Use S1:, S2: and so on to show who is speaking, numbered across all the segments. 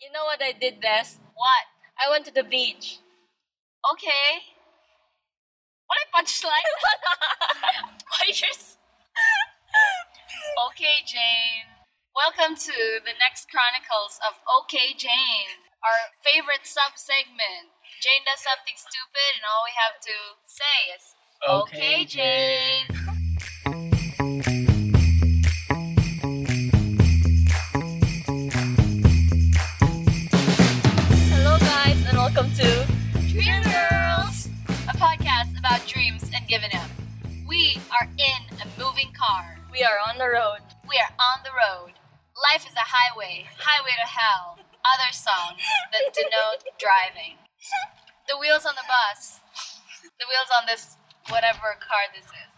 S1: You know what I did best?
S2: What?
S1: I went to the beach.
S2: Okay. What a punchline! Why you s- Okay, Jane. Welcome to the next Chronicles of Okay Jane, our favorite sub segment. Jane does something stupid, and all we have to say is Okay, Jane.
S1: Hello, guys, and welcome to.
S2: Dream Girls, a podcast about dreams and giving up. We are in a moving car.
S1: We are on the road.
S2: We are on the road. Life is a highway, highway to hell. Other songs that denote driving. The wheels on the bus. The wheels on this whatever car this is.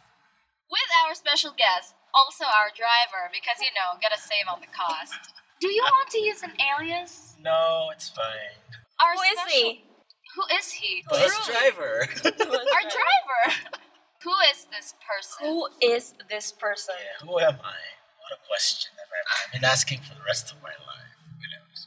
S2: With our special guest, also our driver, because you know, gotta save on the cost. Do you want to use an alias?
S3: No, it's fine.
S2: Our
S1: Who is
S2: special-
S1: he?
S2: Who is he?
S3: Bus
S1: Really?
S3: driver.
S2: Our driver. Who is this person?
S1: Who is this person?
S3: yeah, who am I? What a question have I- I've been asking for the rest of my life. You know, so,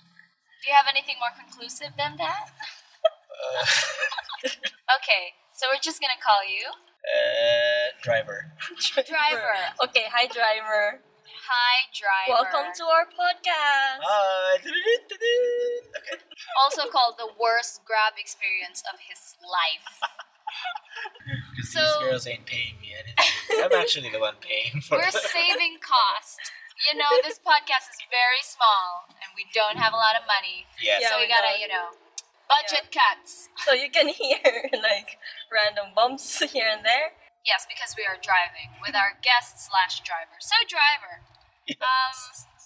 S2: Do you have anything more conclusive than that?
S3: Uh,
S2: Okay, so we're just gonna call you
S3: uh, driver.
S2: Driver.
S1: Okay, hi, driver.
S2: Hi Driver. Ah.
S1: Welcome to our podcast.
S3: Hi. Okay.
S2: also called the worst grab experience of his life.
S3: Because
S2: So-
S3: these girls ain't paying me anything. I'm actually the one paying for
S2: We're
S3: it.
S2: saving cost. You know, this podcast is very small and we don't have a lot of money.
S3: Yes.
S1: Yeah,
S2: so we
S1: we
S2: gotta,
S1: don't.
S2: you know, budget cuts.
S1: So you can hear like random bumps here and there.
S2: Yes, because we are driving with our guest slash driver. So driver, um,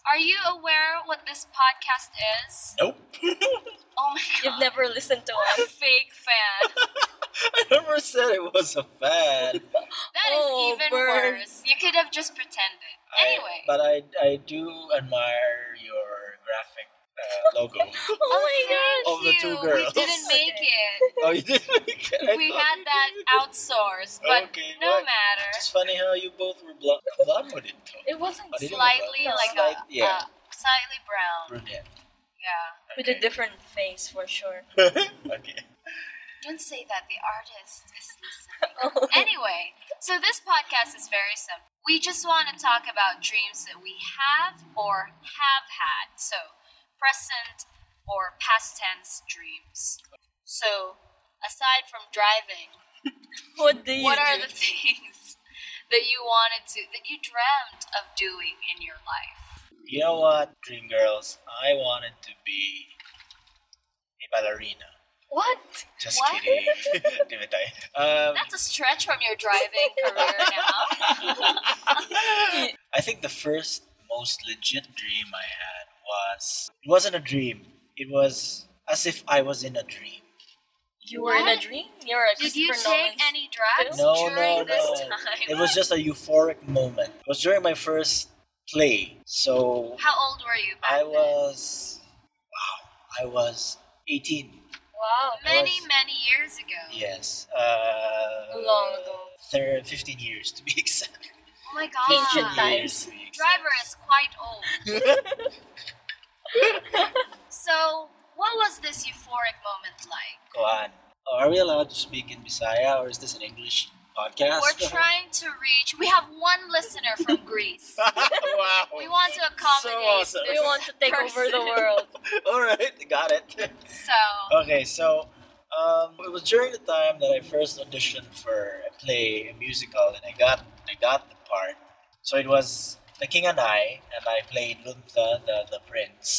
S2: are you aware what this podcast is?
S3: Nope.
S2: Oh my god.
S1: You've never listened to
S2: What a
S1: us.
S2: fake fan.
S3: I never said it was a
S2: That
S3: fan.
S2: is
S1: Oh,
S2: even
S1: burn.
S2: worse. You could have just pretended.
S3: I-
S2: Anyway,
S3: but I, I do admire your graphic uh, logo.
S1: Oh
S2: thank
S3: Of the two
S2: you.
S3: girls.
S2: We didn't make it.
S3: oh, you did. I
S2: We
S3: thought
S2: had
S3: you
S2: that
S3: did.
S2: outsourced, but
S3: Okay,
S2: no
S3: well,
S2: matter.
S3: It's funny how you both were blonde. Blonde with it. though.
S1: It wasn't
S3: I didn't know
S2: Slightly
S1: that.
S2: like
S3: Slight-
S2: a,
S3: yeah.
S2: a slightly brown.
S3: Brunette.
S2: Yeah.
S1: with a different face for sure.
S3: okay.
S2: Don't say that. The artist is listening. anyway, so this podcast is very simple. We just want to talk about dreams that we have or have had. So, present or past tense dreams. So, aside from driving,
S1: what do you
S2: what are
S1: do?
S2: the things that you wanted to, that you dreamt of doing in your life?
S3: You know what, Dream Girls? I wanted to be a ballerina.
S1: what?
S3: Just
S2: What?
S3: kidding. Dimitay. um,
S2: That's a stretch from your driving career now.
S3: I think the first most legit dream I had was it wasn't a dream. It was as if I was in a dream.
S1: You were in a
S2: What?
S1: dream? You were a
S2: Did you
S1: Christopher Nolan.
S2: take any drugs
S3: No, no,
S2: during this
S3: no.
S2: time?
S3: It was just a euphoric moment. It was during my first play. So
S2: How old were you back
S3: I
S2: then?
S3: was wow, I was 18.
S1: Wow.
S2: Many,
S3: was-
S2: many years ago.
S3: Yes. Uh,
S1: Long ago.
S3: Thir- 15 years to be exact.
S2: Oh my
S3: 15
S2: god.
S1: Ancient
S3: years. to be exact.
S2: Driver is quite old. So, what was this euphoric moment like?
S3: Go on. Oh, Are we allowed to speak in Bisaya or is this an English podcast?
S2: We're trying to reach. We have one listener from Greece.
S3: wow.
S2: We want to
S3: So
S2: accommodate.
S3: awesome.
S1: We want to take over the
S2: Person.
S1: world.
S3: All right, got it.
S2: So, uh-huh.
S3: okay, so um, it was during the time that I first auditioned for a play, a musical, and I got I got the part. So it was The King and I, and I played Luntha, the the prince.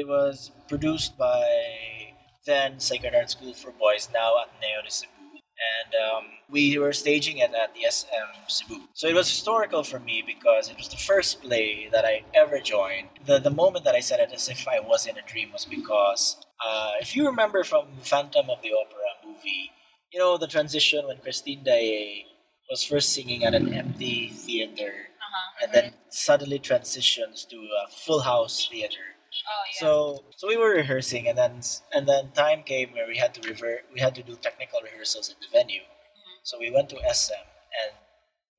S3: It was produced by then Sacred Heart School for Boys, now Ateneo de Cebu. And um, we were staging it at the SM Cebu. So it was historical for me because it was the first play that I ever joined. The, the moment that I said it as if I was in a dream was because uh, if you remember from Phantom of the Opera movie, you know, the transition when Christine Daae was first singing at an empty theater
S2: uh-huh.
S3: and then suddenly transitions to a full house theater.
S2: oh yeah.
S3: So so we were rehearsing, and then and then time came where we had to revert. We had to do technical rehearsals at the venue.
S2: Mm-hmm.
S3: So we went to SM, and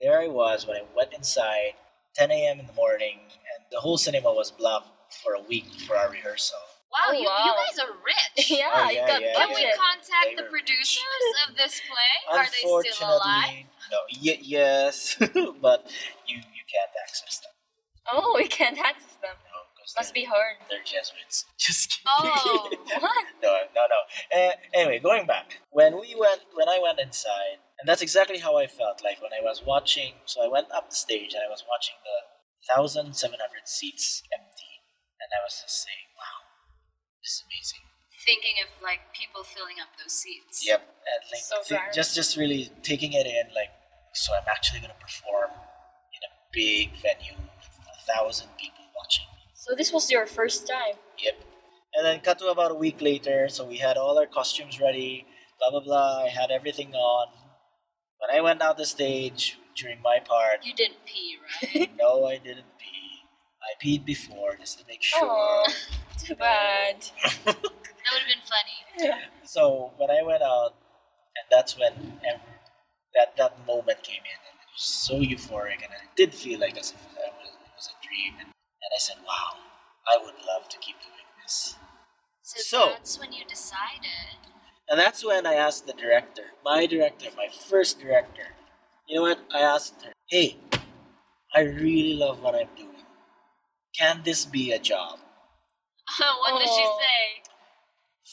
S3: there I was when I went inside, 10 a.m. in the morning, and the whole cinema was blocked for a week for our rehearsal.
S1: Oh,
S2: Wow, you, you
S1: wow.
S2: guys are rich.
S1: yeah,
S3: Oh,
S1: you
S3: yeah,
S1: got
S3: yeah,
S2: Can we
S1: budget.
S2: contact
S3: They
S2: the
S3: were-
S2: producers of this play? Are they
S3: Unfortunately,
S2: still alive?
S3: no. Y- yes, but you you can't access them.
S1: Oh, we can't access them.
S3: No, because
S1: Must
S3: they're,
S1: be hard.
S3: they're Jesuits. Just kidding.
S2: Oh.
S1: What?
S3: no, no, no. Uh, anyway, going back, when we went, when I went inside, and that's exactly how I felt. Like when I was watching, so I went up the stage and I was watching the thousand seven hundred seats empty, and I was just saying, "Wow, this is amazing."
S2: Thinking of like people filling up those seats.
S3: Yep. And like
S1: So
S3: thi-
S1: grand.
S3: just just really taking it in, like so I'm actually gonna perform in a big venue with a thousand people watching.
S1: So this was your first time.
S3: Yep. And then cut to about a week later, so we had all our costumes ready, blah blah blah. I had everything on. When I went out the stage during my part,
S2: You didn't pee, right?
S3: no, I didn't pee. I peed before just to make sure.
S1: Aw. Too bad.
S2: that would have been funny.
S3: So when I went out, and that's when ev- that that moment came in, and it was so euphoric, and it did feel like as if I was, it was a dream. And, and I said, "Wow, I would love to keep doing this."
S2: So,
S3: So-
S2: that's when you decided.
S3: And that's when I asked the director, my director, my first director. You know what? I asked her, "Hey, I really love what I'm doing. Can this be a job?"
S2: what did she
S1: Oh.
S2: say?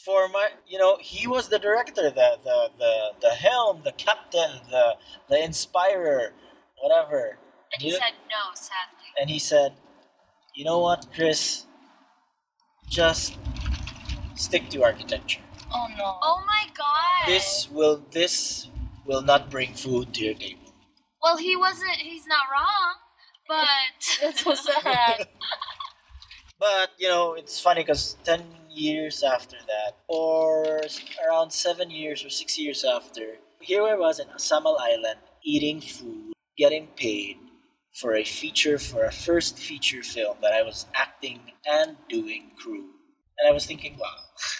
S3: for my you know he was the director the the the, the helm the captain the the inspirer whatever
S2: And he
S3: Yeah.
S2: said no, sadly.
S3: and he said you know what chris just stick to architecture
S1: Oh no.
S2: Oh my god.
S3: this will this will not bring food to your table
S2: Well, he wasn't. He's not wrong, but
S1: That's so sad.
S3: but you know it's funny because 10 years after that or s- around 7 years or 6 years after here i was in samal island eating food getting paid for a feature for a first feature film that i was acting and doing crew and i was thinking wow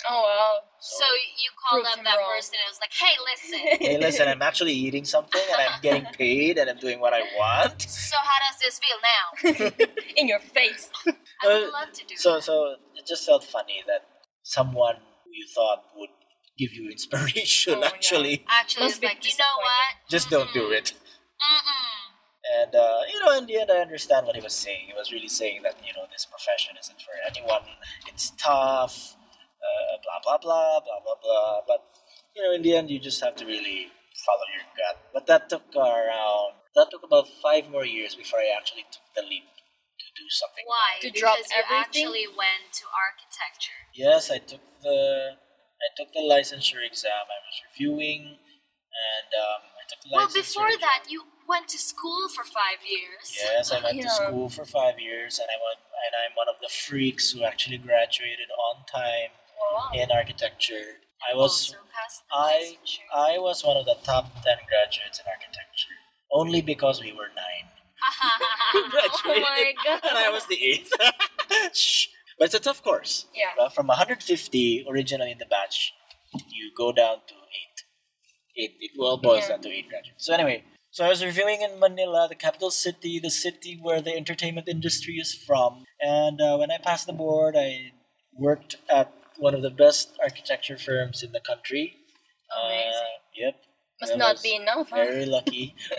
S1: oh
S2: so you called
S1: Proved
S2: up
S1: him
S2: that
S1: wrong.
S2: person and was like, "Hey,
S1: wow.
S2: listen.
S3: hey listen i'm actually eating something and i'm getting paid and i'm doing what i want
S2: so how does this feel now?
S1: In your face.
S2: I would love to do
S3: Uh, so
S2: that.
S3: so it just felt funny that someone who you thought would give you inspiration
S1: Oh, yeah.
S3: actually
S2: Actually,
S1: Must
S2: it's
S1: be
S2: like, you know what?
S3: just don't do it
S2: Mm-mm.
S3: And uh, you know, in the end, I understand what he was saying. He was really saying that you know this profession isn't for anyone. It's tough, uh, blah blah blah blah blah blah. But you know, in the end, you just have to really follow your gut. But that took around that took about five more years before I actually took the leap to do something.
S2: Why?
S1: To
S2: because
S1: drop
S2: you
S1: everything?
S2: actually went to architecture.
S3: Yes, I took the I took the licensure exam. I was reviewing, and um, I took the
S2: Well,
S3: licensure.
S2: before
S3: exam.
S2: that, you went to school for five years.
S3: Yes, I went to
S1: Yeah.
S3: school for five years, and I went, and I'm one of the freaks who actually graduated on time
S1: Wow.
S3: in architecture. I was
S2: also passed the
S3: I
S2: licensure.
S3: I was one of the top ten graduates in architecture, only because we were nine.
S1: Oh my god.
S3: and I was the eighth. Shh. But it's a tough course.
S1: Yeah.
S3: Well, from 150 originally in the batch, you go down to eight. It, it well boils
S1: Mm-hmm. Yeah.
S3: down to eight graduates. So anyway, so I was reviewing in Manila, the capital city, the city where the entertainment industry is from. And uh, when I passed the board, I worked at one of the best architecture firms in the country. Uh,
S1: Amazing.
S3: yep. I
S1: Must not
S3: was
S1: be enough, huh?
S3: Very lucky.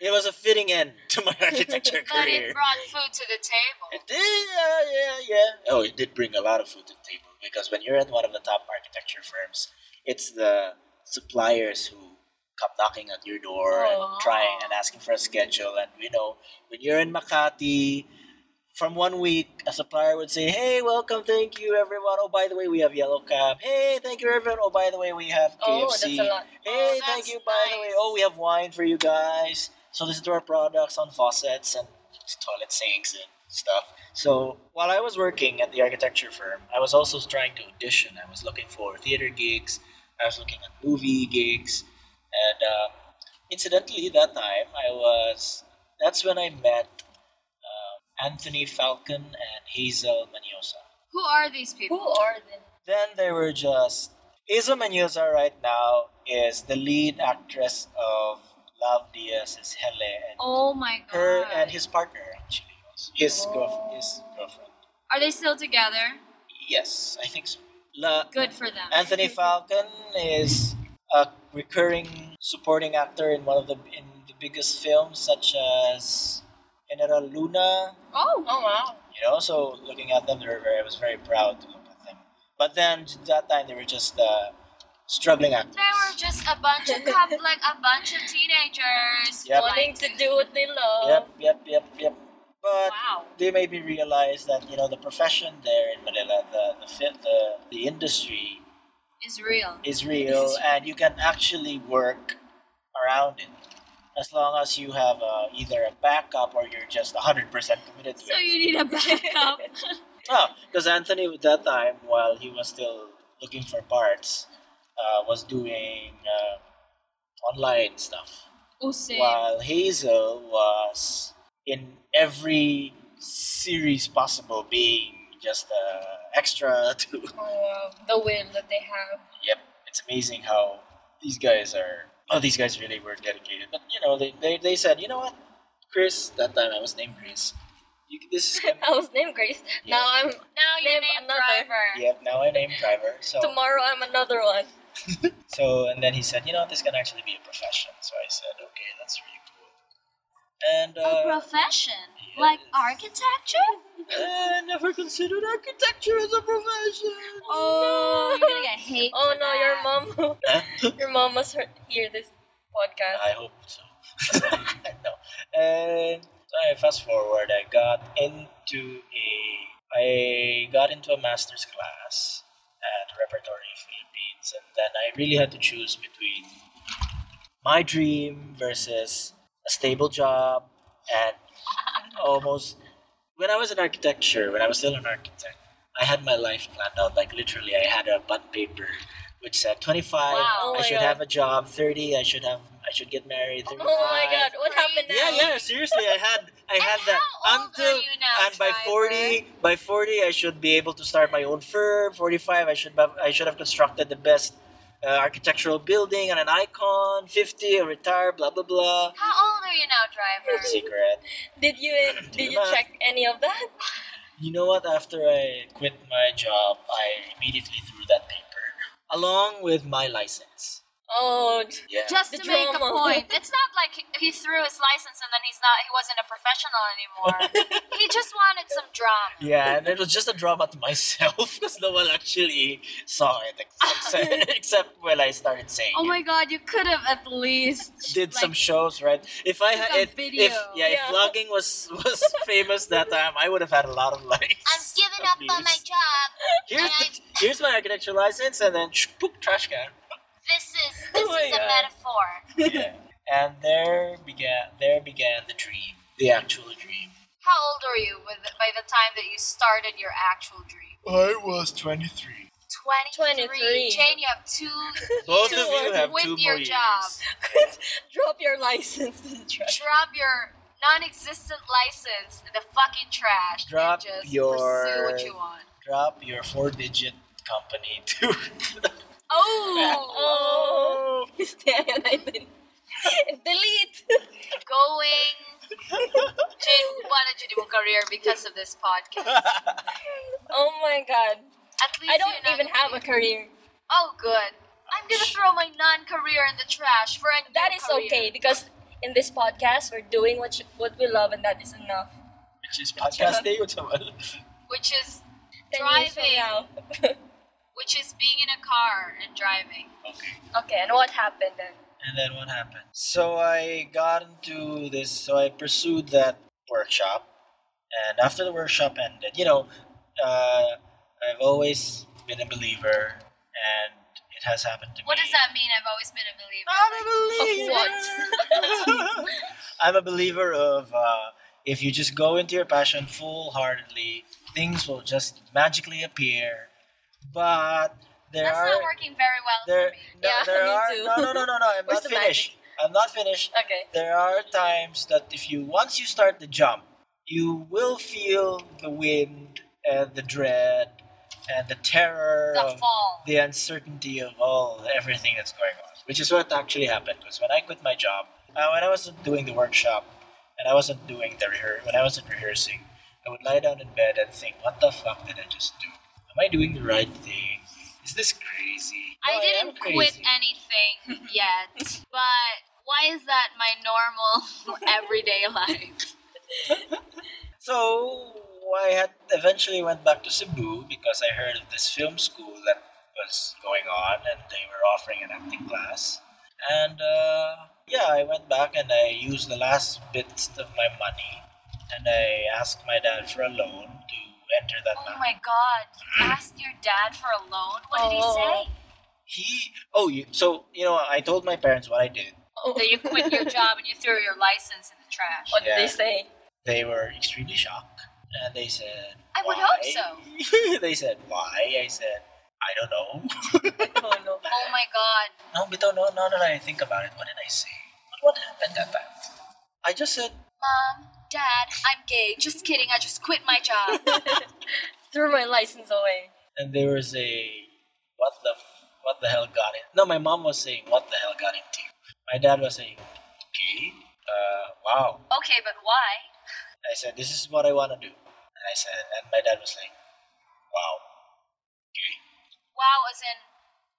S3: it was a fitting end to my architecture
S2: but
S3: career.
S2: it brought food to the table.
S3: It did, yeah, uh, yeah, yeah. Oh, it did bring a lot of food to the table because when you're at one of the top architecture firms, it's the suppliers who come knocking at your door
S1: Oh.
S3: and trying and asking for a schedule. And you know, when you're in Makati, from one week, a supplier would say, "Hey, welcome, thank you, everyone. Oh, by the way, we have Yellow Cab. Hey, thank you, everyone. Oh, by the way, we have KFC.
S1: Oh, that's a lot.
S2: Oh,
S3: Hey, thank
S2: that's
S3: you, by the way.
S2: nice.
S3: Oh, we have wine for you guys. So this is our products on faucets and toilet sinks and stuff. So while I was working at the architecture firm, I was also trying to audition. I was looking for theater gigs. I was looking at movie gigs. And um, incidentally, that time I was. That's when I met um Anthony Falcon and Hazel Maniosa.
S2: Who are these people?
S1: Who are they?
S3: Then they were just. Hazel Maniosa right now is the lead actress of Love Diaz's Hele, and
S2: Oh my god. Oh.
S3: her and his partner actually, also. his girlf- his girlfriend.
S2: Are they still together?
S3: Yes, I think so. La-
S4: Good for them.
S3: Anthony Falcon is a recurring supporting actor in one of the in the biggest films, such as General Luna.
S4: Oh,
S2: Oh wow.
S3: You know, so looking at them, they were very, I was very proud to look at them. But then at that time, they were just uh, struggling actors.
S2: They were just a bunch of cop, like a bunch of teenagers
S3: Yep.
S1: Wanting
S2: wanting
S1: to do what they love.
S3: Yep, yep, yep, yep. But
S4: wow.
S3: they made me realize that you know the profession there in Manila, the the fi- the, the industry
S4: Is real.
S3: is real
S4: This is-
S3: and you can actually work around it as long as you have uh, either a backup or you're just 100% committed to
S4: So
S3: it.
S4: you need a
S1: Oh,
S4: backup.
S3: Because Anthony, at that time, while he was still looking for parts, uh, was doing uh, online stuff.
S4: Use.
S3: While Hazel was in every series possible, being just uh, extra to
S1: Oh, wow. The will that they have.
S3: Yep, it's amazing how these guys are. Oh, these guys really were dedicated. But you know, they, they, they said, you know what, Chris. That time I was named Chris. You, this is
S1: I was named Grace.
S3: Yeah.
S1: Now I'm.
S2: Now your
S1: Name
S2: name
S1: another.
S2: driver.
S3: yep. Now I named Driver. So
S1: Tomorrow I'm another one.
S3: so and then he said, you know, this can actually be a profession. So I said, okay, that's really cool. And
S2: Oh,
S4: a
S3: uh,
S4: profession like
S3: yes.
S4: architecture.
S3: I never considered architecture as a profession.
S4: Oh, you're gonna get hate.
S1: Oh
S4: for
S1: no,
S4: that.
S2: Ah.
S1: your mom.
S3: Huh?
S1: your mom must hear- hear this podcast.
S3: I hope so. no. And so I fast forward. I got into a I got into a master's class at Repertory Philippines, and then I really had to choose between my dream versus a stable job and almost when I was in architecture, when I was still an architect, I had my life planned out. Like literally, I had a bond paper which said twenty five.
S2: Wow.
S1: Oh
S3: I
S1: my
S3: should
S1: God.
S3: have a job. Thirty. I should have. I should get married.
S1: oh
S3: Thirty-five.
S1: my god, what
S2: Crazy.
S1: happened now?
S3: Yeah, yeah. Seriously, I had. I
S2: And
S3: had that
S2: how old
S3: until.
S2: are you now,
S3: and by
S2: driver?
S3: forty, by forty, I should be able to start my own firm. Forty-five, I should have. I should have constructed the best uh, architectural building and an icon. Fifty, I retire. Blah blah blah.
S2: How old are you now, driver?
S3: Secret.
S1: Did you did you
S3: Diba?
S1: check any of that?
S3: You know what? After I quit my job, I immediately threw that paper along with my license.
S1: Oh,
S3: Yeah.
S4: Just
S1: The
S4: to make a
S1: drama.
S4: point.
S2: It's not like he- he threw his license and then he's not. He wasn't a professional anymore. he just wanted some drama.
S3: Yeah, and it was just a drama to myself because no one actually saw it except, except when I started saying
S4: Oh
S3: it.
S4: my god, you could have at least
S3: Did
S4: like,
S3: some shows, right? If I
S4: took
S3: had
S4: a
S3: if,
S4: video.
S3: if yeah,
S1: Yeah.
S3: if vlogging was was famous that time, I would have had a lot of likes. Views.
S2: job.
S3: Here's the, here's my architecture license, and then poop trash can.
S2: This is
S1: this Oh my is a God.
S2: metaphor.
S3: Yeah. and there began there began the dream, the actual dream.
S2: How old were you with, by the time that you started your actual dream?
S3: I was twenty three.
S2: 23.
S1: 23.
S2: Jane, you have two.
S3: Both of
S1: Two
S3: you
S1: more.
S3: have
S2: With
S3: two
S2: your
S3: more years.
S2: job.
S1: drop your license to the trash.
S2: drop your non existent license in the fucking trash.
S3: Drop
S2: and just
S3: your-
S2: Pursue what you want.
S3: Drop your four digit company to
S2: Oh!
S1: Oh, Christian, I didn't. Delete.
S2: Going. Jane, why did you do a career because of this podcast?
S1: Oh my god,
S2: At least
S1: I don't
S2: you're not
S1: even have a career.
S2: Oh, good. I'm gonna throw my non-career in the trash for a new
S1: That is
S2: career.
S1: okay because in this podcast we're doing what you, what we love and that is enough.
S3: Which is podcasting or someone.
S2: Which is
S1: Ten years from
S2: Driving.
S1: now.
S2: which is being in a car and driving.
S3: Okay.
S1: okay, and what happened then?
S3: And then what happened? So I got into this. So I pursued that workshop, and after the workshop ended, you know, uh, I've always been a believer, and it has happened to
S2: What
S3: me.
S2: does that mean? I've always been a
S1: Of
S2: believer.
S3: what? I'm a believer of uh, if you just go into your passion full heartedly, things will just magically appear. But there
S2: That's
S3: are
S2: not working very well
S3: there
S2: for me.
S3: no,
S1: Yeah,
S3: there
S1: me
S3: are
S1: too.
S3: no no no no no I'm
S1: Where's
S3: not
S1: the magic?
S3: finished. I'm not finished.
S1: Okay.
S3: There are times that if you once you start the jump, you will feel the wind and the dread and the terror
S2: The
S3: of
S2: fall.
S3: the uncertainty of all everything that's going on, which is what actually happened. Because when I quit my job, uh, when I wasn't doing the workshop, and I wasn't doing the rehear, when I wasn't rehearsing, I would lie down in bed and think, "What the fuck did I just do? Am I doing the right thing? Is this crazy?
S2: I
S3: No, am
S2: didn't quit
S3: crazy.
S2: anything yet, but why is that my normal everyday life?
S3: So I had eventually went back to Cebu because I heard of this film school that was going on, and they were offering an acting class. And uh, yeah, I went back and I used the last bits of my money, and I asked my dad for a loan to enter that.
S2: Oh
S3: ma-
S2: my god, you asked your dad for a loan? What did he
S1: Oh.
S2: say?
S3: He oh you so you know I told my parents what I did.
S1: Oh,
S2: That you quit your job and you threw your license in the trash.
S1: what did
S3: Yeah.
S1: they say?
S3: They were extremely shocked, and they said,
S2: I would
S3: "Why?"
S2: hope so.
S3: they said, "Why?" I said, "I don't know."
S1: Oh no.
S2: Oh my god.
S3: No, Bito, no, no, no, I think about it. What did I say? What, what happened that time? I just said,
S2: Mom, Dad, I'm gay. Just kidding, I just quit my job.
S1: Threw my license away.
S3: and there was a, what the, f- what the hell got it? No, my mom was saying, what the hell got into you? My dad was saying, okay, uh, wow.
S2: okay, but why?
S3: I said, this is what I want to do. And I said, and my dad was like, wow.
S2: Wow, as in,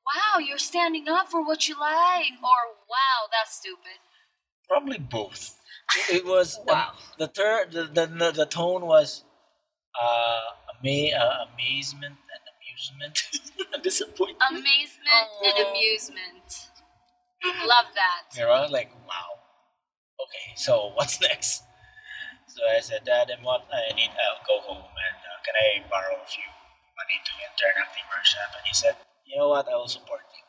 S2: wow, you're standing up for what you like, or wow, that's stupid.
S3: Probably both. It was, um,
S1: Wow.
S3: the, ter- the, the, the, the tone was, uh, ama- uh, amazement and amusement. Disappointment.
S2: Amazement and
S1: Oh.
S2: amusement. Love that.
S3: You know, I was like, wow. Okay, so what's next? So I said, Dad, I'm what I need. I'll go home and uh, can I borrow a few money to enter an acting workshop? And he said, You know what? I will support you.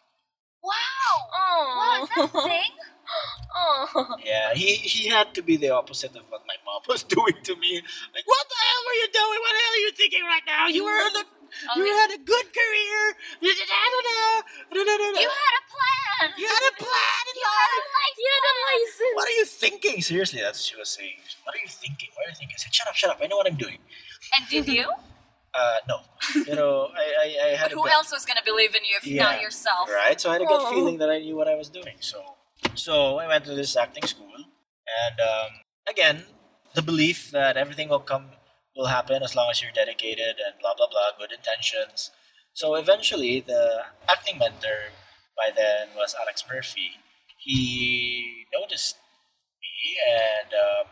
S2: Wow! Wow,
S1: Oh.
S2: is that a thing?
S1: Oh.
S3: Yeah, he he had to be the opposite of what my mom was doing to me. Like, what the hell were you doing? What the hell are you thinking right now? You were on a, you
S2: Okay.
S3: had a good career. You did- I don't know. I don't know.
S2: You had a plan!
S3: you had a plan in life.
S1: Yeah, the license.
S3: What are you thinking? Seriously, that's what she was saying. What are you thinking? What are you thinking? I said, shut up, shut up. I know what I'm doing.
S2: And did you?
S3: Uh, no. You know, I, I, I had a
S2: Who
S3: gut,
S2: else was gonna believe in you if
S3: Yeah.
S2: not yourself?
S3: right? So I had a gut
S1: Oh.
S3: feeling that I knew what I was doing. So, so I went to this acting school, and um, again, the belief that everything will come, will happen as long as you're dedicated and blah blah blah, good intentions. So eventually, the acting mentor by then was Alex Murphy. He noticed me and um,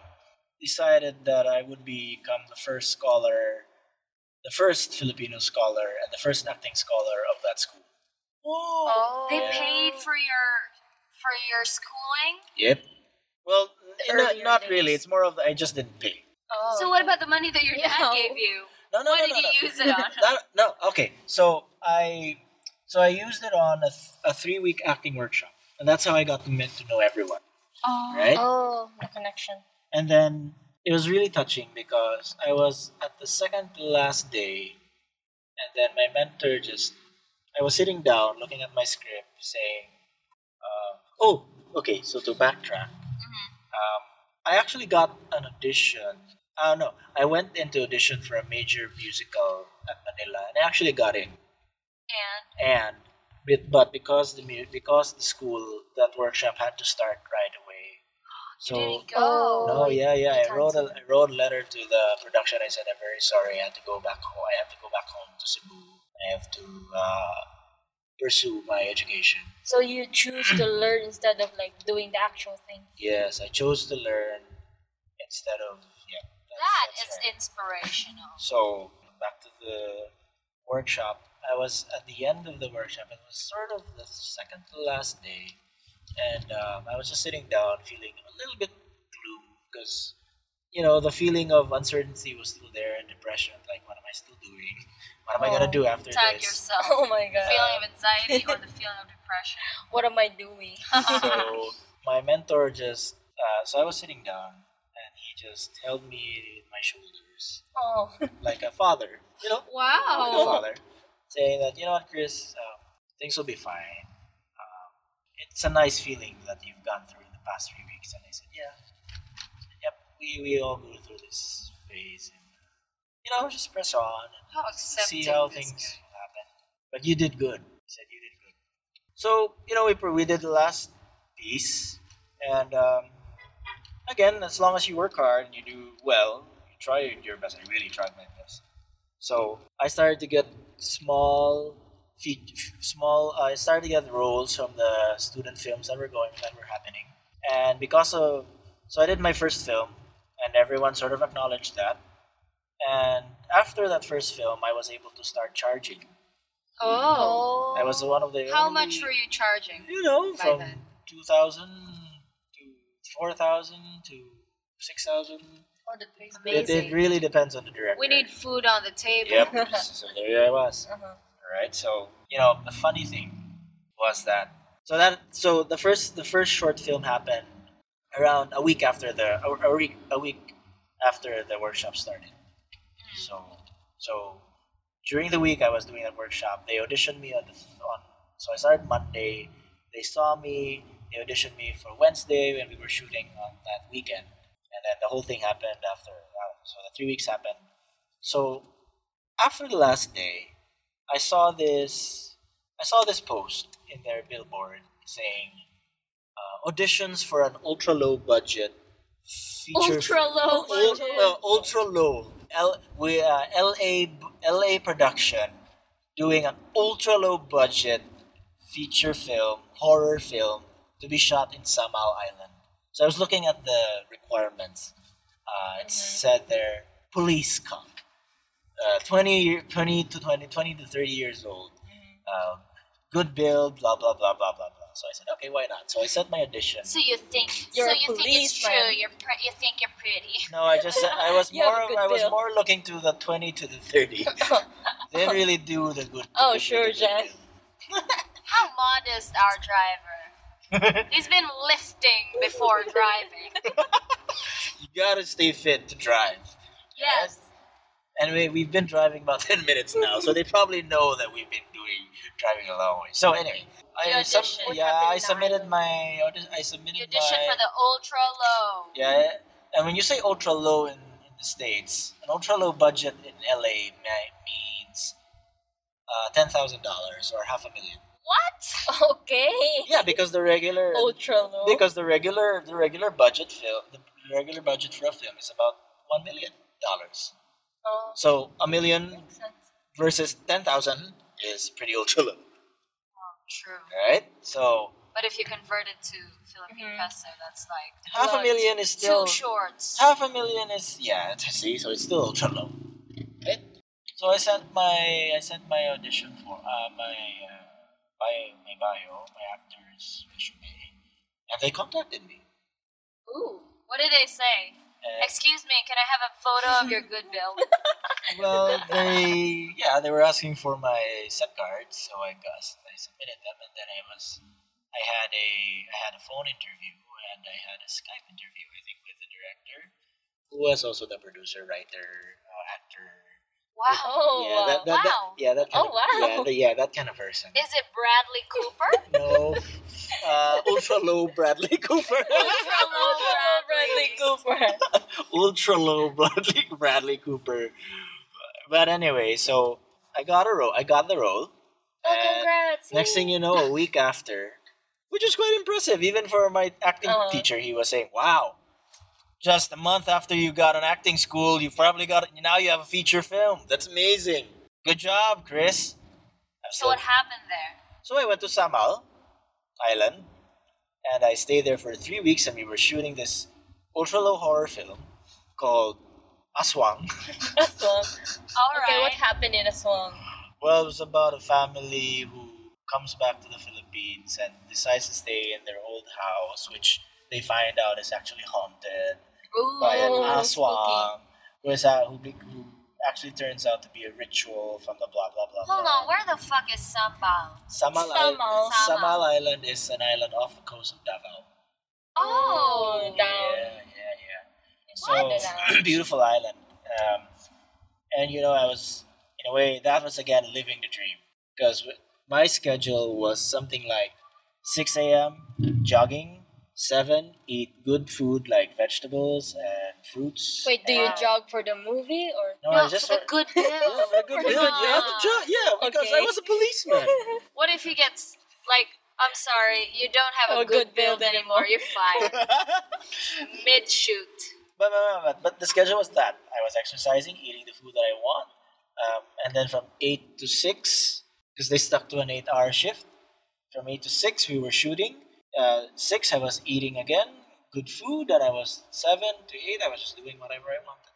S3: decided that I would become the first scholar, the first Filipino scholar, and the first acting scholar of that school.
S2: Oh. They
S3: Yeah.
S2: paid for your for your schooling.
S3: Yep. Well,
S1: The
S3: n- no,
S1: earlier
S3: not
S1: days.
S3: really. It's more of the, I just didn't pay.
S1: Oh.
S2: So what about the money that your dad
S1: Yeah.
S2: gave you?
S3: No, no,
S2: What
S3: no,
S2: did
S3: no, no.
S2: you use it on?
S3: no, no. Okay, so I, so I used it on a, th- a three week acting workshop, and that's how I got to meant to know everyone,
S2: Oh.
S3: right?
S1: Oh, the connection.
S3: And then it was really touching because I was at the second to last day, and then my mentor just, I was sitting down looking at my script, saying, uh, "Oh, okay." So to backtrack, um, I actually got an audition. Uh, no, I went into audition for a major musical at Manila, and I actually got in
S2: And
S3: and but, but because the mu- because the school that workshop had to start right away so
S2: did he go?
S1: Oh.
S3: no yeah yeah i
S1: you
S3: wrote a I wrote a letter to the production i said i'm very sorry i had to go back home i have to go back home to cebu i have to uh, pursue my education
S1: So you choose to learn instead of like doing the actual thing.
S3: yes i chose to learn instead of yeah
S2: That
S3: that's- that's
S2: is
S3: right.
S2: inspirational.
S3: So back to the workshop. I was at the end of the workshop. It was sort of the second to last day, and um, I was just sitting down, feeling a little bit gloom because you know the feeling of uncertainty was still there and depression. Like, what am I still doing? What am I gonna
S1: Oh,
S3: do after
S2: Tag
S3: this?
S2: yourself.
S1: Oh my
S2: The
S1: god.
S2: feeling of anxiety or the feeling of depression.
S1: What am I doing?
S3: so my mentor just uh, so I was sitting down, and he just held me in my shoulders
S1: Oh.
S3: like a father. You know,
S2: Wow.
S3: the father, saying that you know what, Chris, um, things will be fine. Um, it's a nice feeling that you've gone through in the past three weeks, and I said, yeah, yep, we we all go through this phase, and you know, just press on and
S2: How accepting
S3: see how
S2: this
S3: things
S2: guy.
S3: will happen. But you did good. He said you did good. So you know, we pro- we did the last piece, and. Um, Again, as long as you work hard and you do well, you try your best. I really tried my best. So I started to get small feat- small uh, started to get roles from the student films that were going that were happening and because of so i did my first film and everyone sort of acknowledged that and after that first film i was able to start charging
S2: Oh.
S3: i was one of the
S2: How
S3: only-
S2: much were you charging?
S3: you know
S2: by
S3: from
S2: then?
S3: 2000 to 4000 to 6000
S1: Oh, the place.
S3: it, it
S2: Amazing.
S3: really depends on the director
S2: We need food on the table.
S3: Yep. so there I was.
S1: Uh-huh.
S3: Right. So you know the funny thing was that so that so the first the first short film happened around a week after the a, a week a week after the workshop started. So so during the week I was doing that workshop. They auditioned me on the on so I started Monday. They saw me. They auditioned me for Wednesday when we were shooting on that weekend, and then the whole thing happened after. Uh, so the three weeks happened. So after the last day, I saw this. I saw this post in their billboard saying, uh, "Auditions for an ultra low budget feature."
S1: Ultra low
S3: Ul-
S1: budget.
S3: uh, ultra low. L we uh, LA b- LA production doing an ultra low budget feature film horror film to be shot in Samal Island. So I was looking at the requirements. Uh, it said there police cop, uh, 20, year- 20 to 20, 20 to thirty years old,
S1: Mm-hmm.
S3: uh, good build, blah blah blah blah blah blah. So I said, okay, why not? So I sent my audition.
S2: So you think
S1: You're
S2: so
S1: a
S2: you think it's
S1: policeman.
S2: true. You're pre- you think you're pretty.
S3: No, I just I was
S1: You have a
S3: more
S1: good
S3: I was
S1: bill.
S3: more looking to the twenty to the thirty. they really do the good.
S1: Oh,
S3: the good-
S1: sure,
S3: the good
S1: Jen.
S3: bill.
S2: How modest our driver. He's been lifting before driving.
S3: You gotta stay fit to drive.
S2: Yes.
S3: Anyway, we've been driving about ten minutes now, so they probably know that we've been doing driving a long way. So anyway,
S2: You
S3: I sub-
S2: auditioned.
S1: What
S3: yeah I
S1: happened in
S3: submitted
S1: Ireland?
S3: my audi- I submitted
S2: You auditioned
S3: my
S2: for the ultra low.
S3: yeah. And when you say ultra low in, in the states, an ultra low budget in LA ma- means uh, ten thousand dollars or half a million.
S2: What?
S1: Okay.
S3: Yeah, because the regular
S1: Ultra low.
S3: because the regular the regular budget film the regular budget for a film is about one million dollars.
S1: Oh,
S3: So a million
S1: makes sense.
S3: versus ten thousand is pretty ultra low,
S2: True.
S3: right? So
S2: But if you convert it to Philippine peso, that's like
S3: half a
S2: lot.
S3: million is still
S2: two shorts.
S3: half a million is yeah. t- See, so it's still ultra low, right? So I sent my I sent my audition for uh, my uh, bio, my bio my actor's resume, and they contacted me.
S1: Ooh.
S2: What did they say?
S3: And
S2: Excuse me, can I have a photo of your good bill?
S3: Well, they yeah, they were asking for my set card, so I got I submitted them, and then I was I had a I had a phone interview and I had a Skype interview, I think, with the director, who was also the producer, writer, uh, actor.
S2: Wow.
S1: Oh,
S3: yeah, that, that, that-
S2: wow.
S3: yeah, that
S1: Oh,
S3: kind of,
S1: wow.
S3: yeah, the- yeah, that kind of person.
S2: Is it Bradley Cooper?
S3: no, uh, ultra low Bradley Cooper,
S2: Ultra low
S1: Bradley
S2: Bradley.
S1: Cooper.
S3: ultra low Bradley Bradley Cooper. But anyway, so I got a role. I got the role.
S2: Oh,
S3: and-
S2: congrats.
S3: Next thing you know, a week after, which is quite impressive, even for my acting
S1: Uh-huh.
S3: teacher, he was saying, "Wow, just a month after you got an acting school, you probably got now you have a feature film. That's amazing. Good job, Chris." I'm
S2: So
S3: still-
S2: what happened there?
S3: so I went to Samal Island, and I stayed there for three weeks, and we were shooting this ultra low horror film called Aswang.
S1: Aswang.
S2: All right.
S1: Okay, what happened in Aswang?
S3: Well, it was about a family who comes back to the Philippines and decides to stay in their old house, which they find out is actually haunted by an
S1: Oh,
S3: aswang, who, is, uh, who, be, who actually turns out to be a ritual from the blah blah blah.
S2: Hold
S3: blah.
S2: on, where the fuck is Sambal?
S1: Samal.
S3: Samal, Island, Samal Island is an island off the coast of Davao.
S2: Oh,
S1: Oh, that- Davao.
S3: Yeah, yeah, yeah.
S1: What?
S3: So beautiful island. Um, and you know, I was in a way that was again living the dream because my schedule was something like six a.m. jogging, seven eat good food like vegetables and fruits.
S1: Wait, do you
S2: Wow.
S1: jog for the movie or?
S3: no, I
S2: no,
S3: just
S2: for the good bill.
S3: yeah, for a good
S2: For
S3: bill. You have to
S2: God.
S3: jog. Yeah, because I
S1: Okay.
S3: was a policeman.
S2: What if he gets like? I'm sorry, you don't have a
S1: Oh, good
S2: good, build,
S1: build
S2: anymore. You're fired.
S3: but,
S2: Mid shoot.
S3: but, but, but, but the schedule was that I was exercising, eating the food that I want, Um, and then from 8 to 6, because they stuck to an 8 hour shift, from 8 to 6, we were shooting. Uh, 6, I was eating again, good food, and I was 7 to 8, I was just doing whatever I wanted.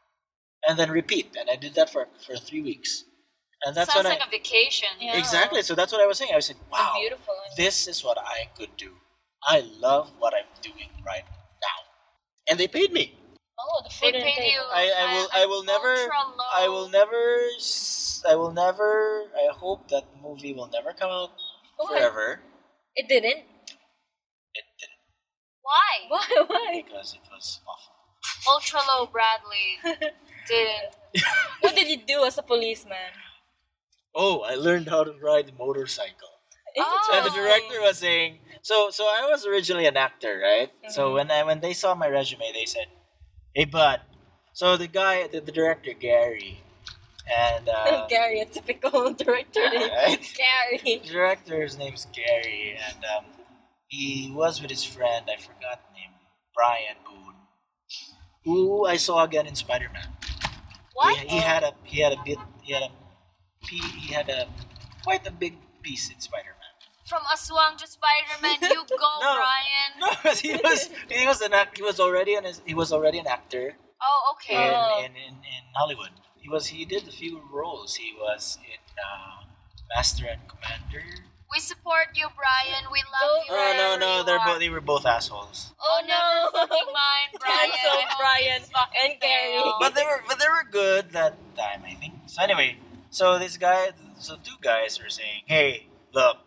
S3: And then repeat, and I did that for, for three weeks. And that's
S2: Sounds
S3: when
S2: like
S3: I.
S2: a vacation.
S1: Yeah.
S3: Exactly, so that's what I was saying. I said, wow,
S1: Beautiful.
S3: this is what I could do. I love what I'm doing right now. And they paid me.
S1: Oh, the
S2: They
S1: food and
S2: paid you.
S1: table.
S3: I- I will-
S2: a-
S3: I will
S2: an
S3: never-
S2: ultra low-
S3: I will never. s- I will never. I hope that movie will never come out
S1: Why?
S3: forever.
S1: It didn't.
S3: It didn't
S2: Why?
S1: Why? Why?
S3: because it was awful.
S2: Ultra low Bradley didn't.
S1: What did you do as a policeman?
S3: Oh, I learned how to ride a motorcycle. And the
S2: Oh.
S3: director was saying, so so I was originally an actor, right?
S2: Mm-hmm.
S3: So when I when they saw my resume, they said, "Hey, bud." So the guy, the, the director Gary, and uh,
S1: Gary, a typical director name.
S3: right?
S1: Gary.
S3: The director's name's Gary, and um, he was with his friend, I forgot the name, Brian Boone, who I saw again in Spider Man.
S2: What?
S3: He, he had a he had a bit he had a he, he had a quite a big piece in Spider Man.
S2: From Aswang to Spider Man, you go,
S3: No.
S2: Brian.
S3: No, 'cause he was he was an act, he was already an he was already an actor
S2: Oh,
S3: in,
S2: okay.
S1: Oh.
S3: in, in, in Hollywood. He was he did a few roles. He was in uh, Master and Commander.
S2: We support you, Brian. We
S1: Go,
S2: love you.
S3: Oh no
S2: wherever
S3: no,
S2: you
S3: they're
S2: are.
S3: both they were both assholes.
S2: Oh,
S1: Oh, no.
S2: never fucking mind, Brian.
S1: Cancel
S2: I hope
S1: Brian
S2: you fucking
S1: and Gary.
S2: fail.
S3: But they were but they were good that time, I think. So anyway, so this guy, so two guys were saying, "Hey, look,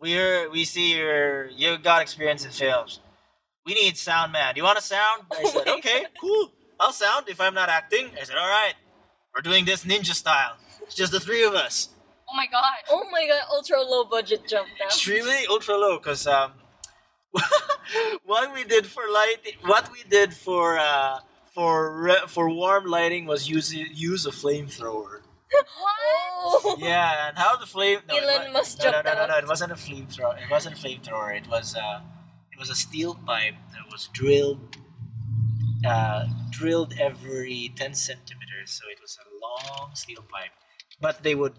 S3: we are we see your you got experience in films. We need sound man. Do you want to sound?" I said, "Okay, cool. I'll sound if I'm not acting." I said, "All right, we're doing this ninja style. It's just the three of us.
S2: oh my god.
S1: Oh my god, ultra low budget jump now.
S3: Extremely ultra low, cause um, what we did for light, what we did for uh." For, re- for warm lighting was use use a flamethrower.
S1: Oh.
S3: yeah, and how the flame? No,
S1: Elon
S3: it, wa-
S1: Musk
S3: no, no,
S1: jumped
S3: no, no, no,
S1: out.
S3: It wasn't a flamethrower. It wasn't a flamethrower. It was uh, it was a steel pipe that was drilled, uh, drilled every ten centimeters. So it was a long steel pipe. But they would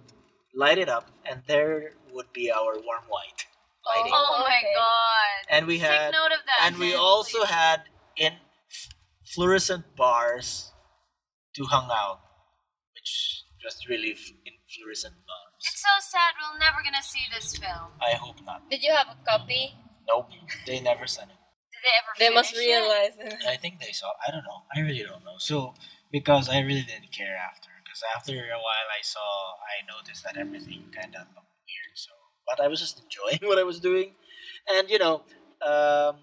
S3: light it up, and there would be our warm white lighting.
S2: Oh my
S1: Okay.
S2: god.
S3: And we
S2: Take
S3: had,
S2: note of that.
S3: and we
S2: then,
S3: also
S2: please.
S3: had in f- fluorescent bars to hang out, which was really f- in fluorescent bars.
S2: It's so sad we're never gonna see this film.
S3: I hope not.
S1: Did you have a copy?
S3: Nope, they never sent it.
S2: Did they ever
S1: They must
S2: finish it?
S1: realize it.
S3: I think they saw. I don't know. I really don't know. So because I really didn't care after, because after a while I saw, I noticed that everything kind of looked weird. So, but I was just enjoying what I was doing, and you know, um,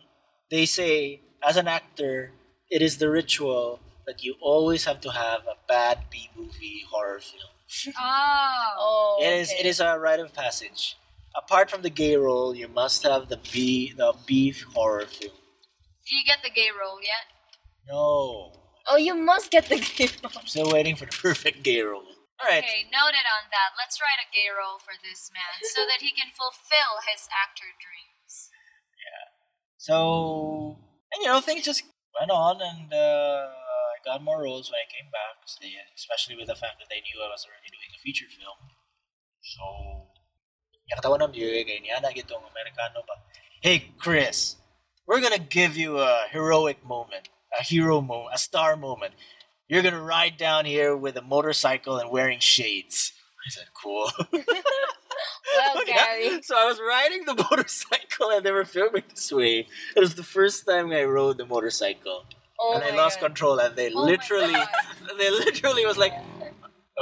S3: they say as an actor, it is the ritual that you always have to have a bad B movie horror film.
S2: Oh.
S1: Oh,
S3: It is
S1: okay.
S3: it is a rite of passage. Apart from the gay role, you must have the B the B horror film.
S2: Do you get the gay role yet?
S3: No.
S1: Oh, you must get the game.
S3: I'm still waiting for the perfect gay role. All right.
S2: Okay, noted on that. Let's write a gay role for this man so that he can fulfill his actor dreams.
S3: So, and you know, things just went on, and uh, I got more roles when I came back, 'cause they- especially with the fact that they knew I was already doing a feature film. So, nakatawa ng Buick, eh, niya na gitong Amerikano ba? Hey, Chris, we're gonna give you a heroic moment, a hero moment, a star moment. You're gonna ride down here with a motorcycle and wearing shades. I said, cool.
S1: Well,
S3: Okay.
S1: Gary.
S3: So I was riding the motorcycle and they were filming this way. It was the first time I rode the motorcycle.
S1: Oh
S3: and I
S1: my
S3: lost
S1: God.
S3: control and they
S2: Oh my
S3: literally
S2: God.
S3: they literally was like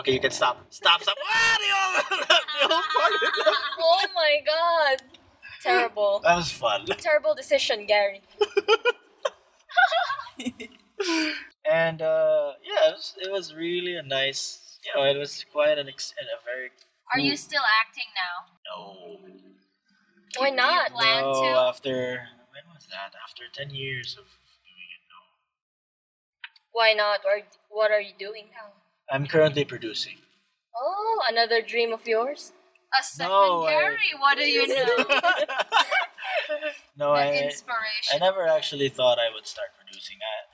S3: Okay, you can stop. Stop, stop. Ah, the whole- the whole part of it.
S1: Oh my god. Terrible.
S3: That was fun.
S1: Terrible decision, Gary.
S3: And uh, yeah, it was, it was really a nice, you know, it was quite an ex- and a very
S2: Are you still acting now?
S3: no.
S1: Why not?
S2: Plan
S3: no,
S2: to?
S3: after when was that? After 10 years of doing it, no.
S1: Why not? Or what are you doing now?
S3: I'm currently producing.
S1: Oh, another dream of yours?
S2: A second
S3: No, I-
S2: Gary, what do you know?
S3: no,
S2: the
S3: I, I
S2: inspiration.
S3: never actually thought I would start producing. I,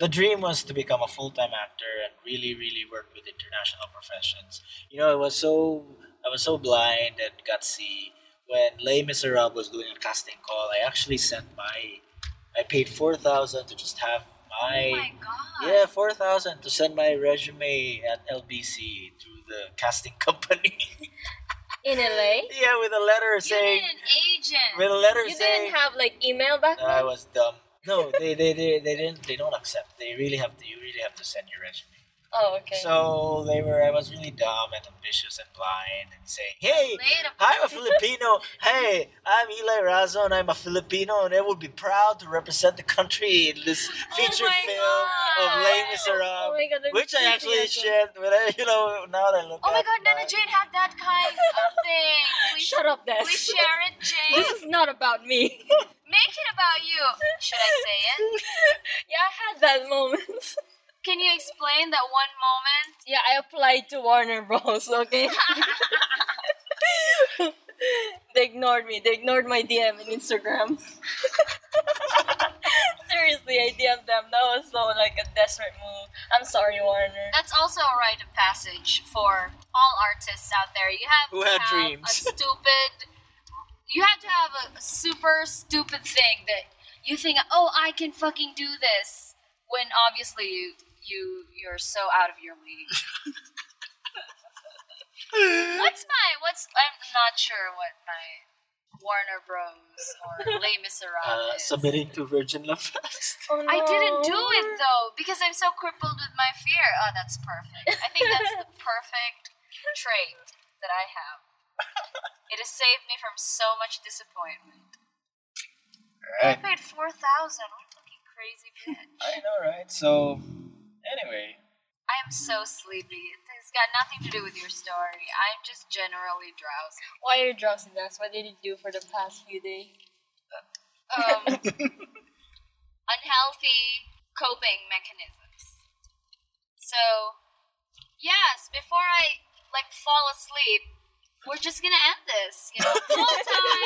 S3: the dream was to become a full-time actor and really really work with international professions you know i was so i was so blind and gutsy when les miserables was doing a casting call i actually sent my i paid 4000 to just have
S2: Oh
S3: my
S2: my god.
S3: yeah 4000 to send my resume at lbc to the casting company
S1: in LA?
S3: yeah with a letter
S2: You need
S3: saying
S2: an agent.
S3: with a letter
S1: You
S3: saying
S1: didn't have like email back
S3: I
S1: then?
S3: was dumb. No, they, they, they, they didn't they don't accept. They really have to you really have to send your resume.
S1: Oh, okay.
S3: So they were I was really dumb and ambitious and blind and saying, Hey,
S2: Later.
S3: I'm a Filipino. Hey, I'm Eli Razo and I'm a Filipino and I would be proud to represent the country in
S2: Oh
S3: this feature
S1: my
S3: film
S1: God.
S3: of Les
S1: oh
S3: Miserables.
S1: my god, I'm
S3: which I actually
S1: serious.
S3: shared but I, you know, now that I look
S2: Oh my
S3: at
S2: god, Nana Jane had that kind of thing. We,
S1: Shut up, Des.
S2: we share it, Jane.
S1: This is not about me.
S2: Make it about you. Should I say it?
S1: yeah, I had that moment.
S2: Can you explain that one moment?
S1: Yeah, I applied to Warner Bros. Okay. they ignored me. They ignored my DM and Instagram. Seriously, I DM'd them. That was so like a desperate move. I'm sorry, Warner.
S2: That's also a rite of passage for all artists out there. You have
S3: Who
S2: to
S3: had
S2: have
S3: dreams.
S2: a stupid. You have to have a super stupid thing that you think, oh, I can fucking do this, when obviously you you you're so out of your league. what's my what's I'm not sure what my Warner Bros or Les Miserables.
S3: uh,
S2: is.
S3: submitting to Virgin Love Fest.
S1: Oh, no.
S2: I didn't do it though because I'm so crippled with my fear. Oh, that's perfect. I think that's the perfect trait that I have. It has saved me from so much disappointment. I
S3: Alright.
S2: paid four thousand. What a fucking crazy bitch!
S3: I know, right? So anyway,
S2: I am so sleepy. It's got nothing to do with your story. I'm just generally drowsy.
S1: Why are you drowsy, That's What did you do for the past few days?
S2: Um, unhealthy coping mechanisms. So, yes, before I like fall asleep, we're just gonna end this. You know, full time.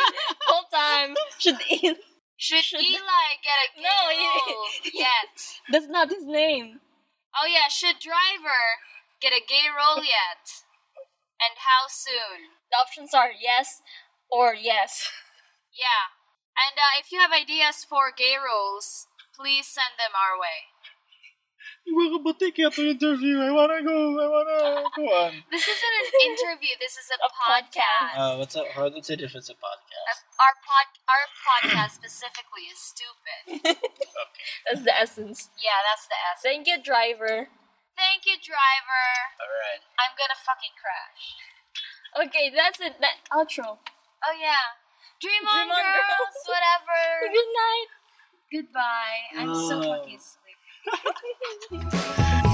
S1: Whole time should eat.
S2: Should Eli get a
S1: No,
S2: no
S1: he-
S2: yet?
S1: That's not his name.
S2: Oh yeah, should driver get a gay role yet? And how soon?
S1: The options are yes or yes.
S2: Yeah. And uh, if you have ideas for gay roles, please send them our way.
S3: We're about to get to interview. I wanna go. I wanna go on.
S2: This isn't an interview. This is a,
S1: A podcast.
S2: podcast.
S3: Uh, what's up? How what's the difference of podcast?
S2: Our pod, our podcast specifically is stupid.
S1: That's the essence.
S2: Yeah, that's the S.
S1: Thank you, driver.
S2: Thank you, driver.
S3: All right.
S2: I'm gonna fucking crash.
S1: Okay, that's it. That outro.
S2: Oh yeah, dream on,
S1: Dream on,
S2: girls,
S1: girls. Good
S2: whatever.
S1: night.
S2: Goodbye. I'm so
S3: Oh.
S2: fucking sleepy.